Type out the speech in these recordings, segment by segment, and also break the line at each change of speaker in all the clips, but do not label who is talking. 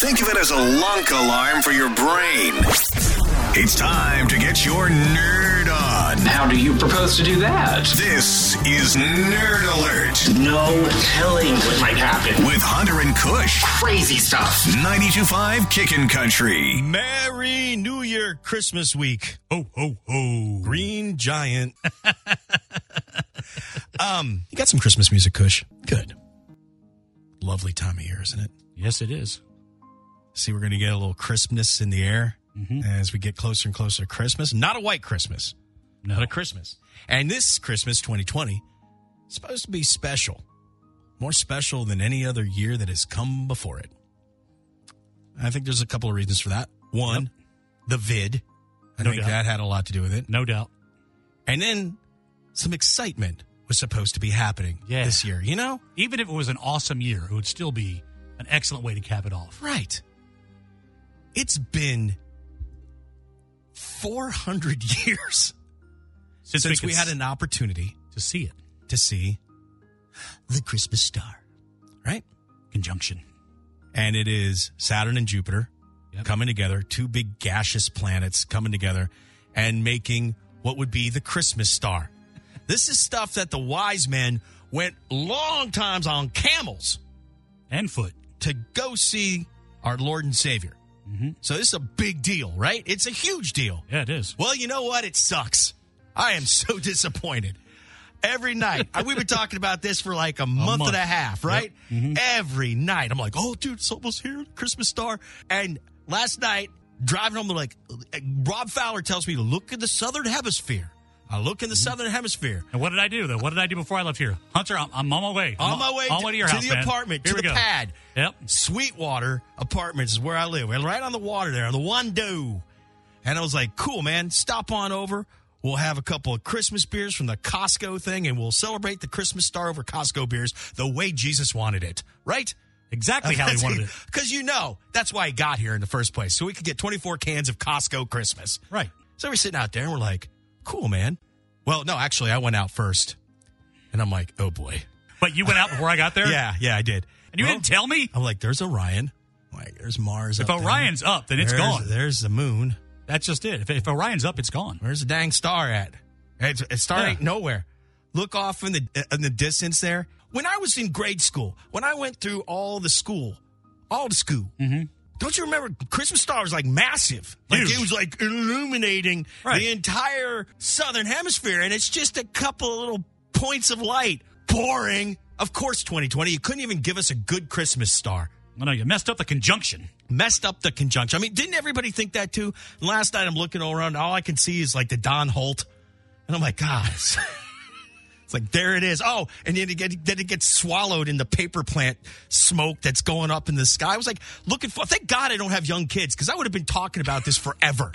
Think of it as a lunk alarm for your brain. It's time to get your nerd on.
How do you propose to do that?
This is Nerd Alert
No telling what might happen.
with Hunter and Kush,
Crazy stuff.
925 Kickin' Country.
Merry New Year Christmas week. Ho ho ho. Green Giant. um, you got some Christmas music, Kush. Good. Lovely time of year, isn't it?
Yes, it is.
See, we're going to get a little crispness in the air
Mm-hmm.
as we get closer and closer to Christmas. Not a white Christmas,
No.
but a Christmas. And this Christmas 2020 is supposed to be special. More special than any other year that has come before it. I think there's a couple of reasons for that. One, the vid. I
No
think
doubt.
that had a lot to do with it.
no doubt.
And then some excitement was supposed to be happening
Yeah.
this year, you know?
Even if it was an awesome year, it would still be an excellent way to cap it off.
Right. It's been 400 years since,
could
we had
s-
an opportunity
to see it
to see the Christmas star, right?
conjunction.
And it is Saturn and Jupiter
Yep.
coming together, two big gaseous planets coming together and making what would be the Christmas star. This is stuff that the wise men went long times on camels
and foot.
to go see our Lord and Savior. So this is a big deal, right? It's a huge deal.
Yeah, it is.
Well, you know what? It sucks. I am so disappointed. Every night, I- we've been talking about this for like a month,
month.
and a half, right? Every night, I'm like, oh, dude, it's almost here, Christmas star. And last night, driving home, they're like, Rob Fowler tells me to look in the southern hemisphere. I look in the southern hemisphere.
And what did I do though? What did I do before I left here, Hunter? I'm, I'm on my way.
On
I'm
my way
on
to,
my way to your
to
house,
the
man.
apartment,
Here
to
we
the
go.
pad.
Yep.
Sweetwater Apartments is where I live. We're right on the water there, on the Wando. And I was like, cool, man, stop on over. We'll have a couple of Christmas beers from the Costco thing, and we'll celebrate the Christmas star over Costco beers the way Jesus wanted it, right?
Exactly how he wanted it.
Because you know, that's why he got here in the first place, so we could get 24 cans of Costco Christmas.
Right.
So we're sitting out there and we're like, cool, man. Well, no, actually, I went out first. And I'm like, oh boy.
But you went out before I got there.
Yeah, yeah, I did.
And you
Well,
didn't tell me.
I'm like, there's Orion. I'm like, there's Mars.
If
up there.
Orion's up, then it's
There's-
gone.
There's the moon.
That's just it. If, if Orion's up, it's gone.
Where's the dang star at? It's, it's star
Yeah.
ain't nowhere. Look off in the uh, in the distance there. When I was in grade school, when I went through all the school, all the school. Don't you remember Christmas star was like massive? Like
Mm-hmm. Huge.
it was like illuminating
Right.
the entire southern hemisphere, and it's just a couple of little points of light. Boring. Of course, 2020. You couldn't even give us a good Christmas star.
No, no, you messed up the conjunction.
messed up the conjunction. I mean, didn't everybody think that too? Last night I'm looking all around, all I can see is like the Don Holt, and I'm like, God, it's, it's like there it is. Oh, and then it, get, then it gets swallowed in the paper plant smoke that's going up in the sky. I was like, looking for. Thank God I don't have young kids because I would have been talking about this forever.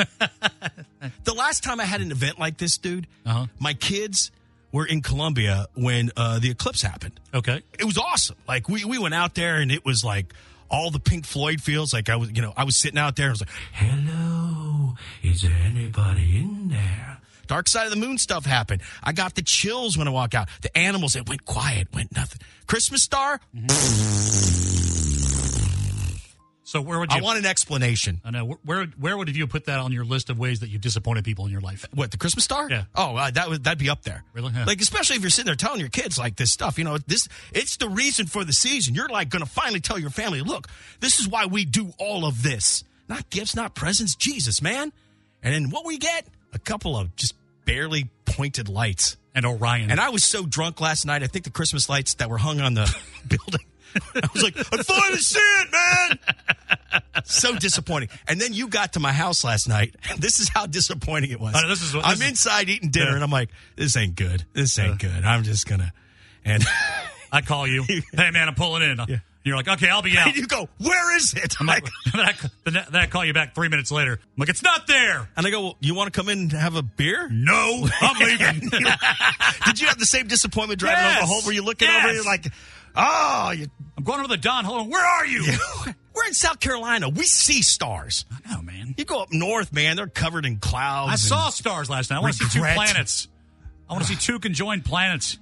the last time I had an event like this, dude,
Uh-huh.
my kids were in Colombia when uh, the eclipse happened
Okay.
it was awesome. Like we we went out there and it was like all the Pink Floyd feels. Like I was you know I was sitting out there and I was like, hello, is there anybody in there? Dark Side of the Moon stuff happened. I got the chills when I walk out. The animals, it went quiet, went nothing. Christmas Star,
So where would you?
I want an explanation.
I know. Where where would have you put that on your list of ways that you've disappointed people in your life?
What the Christmas star?
Yeah.
Oh, uh, that would that'd be up there.
Really? Yeah.
Like especially if you're sitting there telling your kids like this stuff. You know, this it's the reason for the season. You're like going to finally tell your family, look, this is why we do all of this. Not gifts, not presents. Jesus, man. And then what we get? A couple of just barely pointed lights.
And Orion.
And I was so drunk last night. I think the Christmas lights that were hung on the building. I was like, I finally see it, man. so disappointing. And then you got to my house last night. This is how disappointing it was.
Uh, this is what-
I'm
this is-
inside eating dinner,
Yeah.
and I'm like, this ain't good. This ain't good. I'm just gonna. And
I call you. Hey, man, I'm pulling in. And You're like, okay, I'll be out.
and you go, where is it? I'm
I'm like-
like,
then, I, then I call you back three minutes later. I'm like, it's not there.
and I go, well, you want to come in and have a beer?
No, I'm leaving.
Did you have the same disappointment driving
Yes.
over home? Were you looking over
Yes.
and like, oh, you,
I'm going over the Don. Hold on. Where are you?
we're in South Carolina. We see stars.
I know, man.
You go up north, man. They're covered in clouds.
I
and-
saw stars last night. I want to see two
Regret.
planets. I want to see two conjoined planets.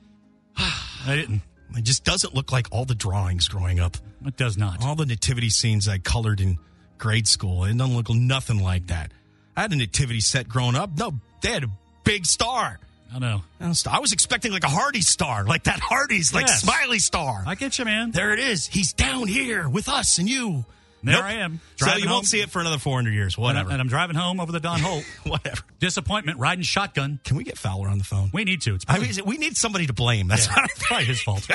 I didn't.
It just doesn't look like all the drawings growing up,
It does not.
all the nativity scenes I colored in grade school. It doesn't look nothing like that. I had a nativity set growing up. No, they had a big star.
I know.
I don't- I was expecting like a Hardy star, like that Hardy's, like
Yes.
Smiley star.
I get you, man.
there it is. He's down here with us and you.
There I am,
So
driving
you
home.
won't see it for another 400 years.
And, I,
Whatever.
and I'm driving home over the Don Holt.
Whatever.
Disappointment, riding shotgun.
Can we get Fowler on the phone?
We need to. It's
I mean, we need somebody to blame. That's
Yeah.
what I
it's probably his fault.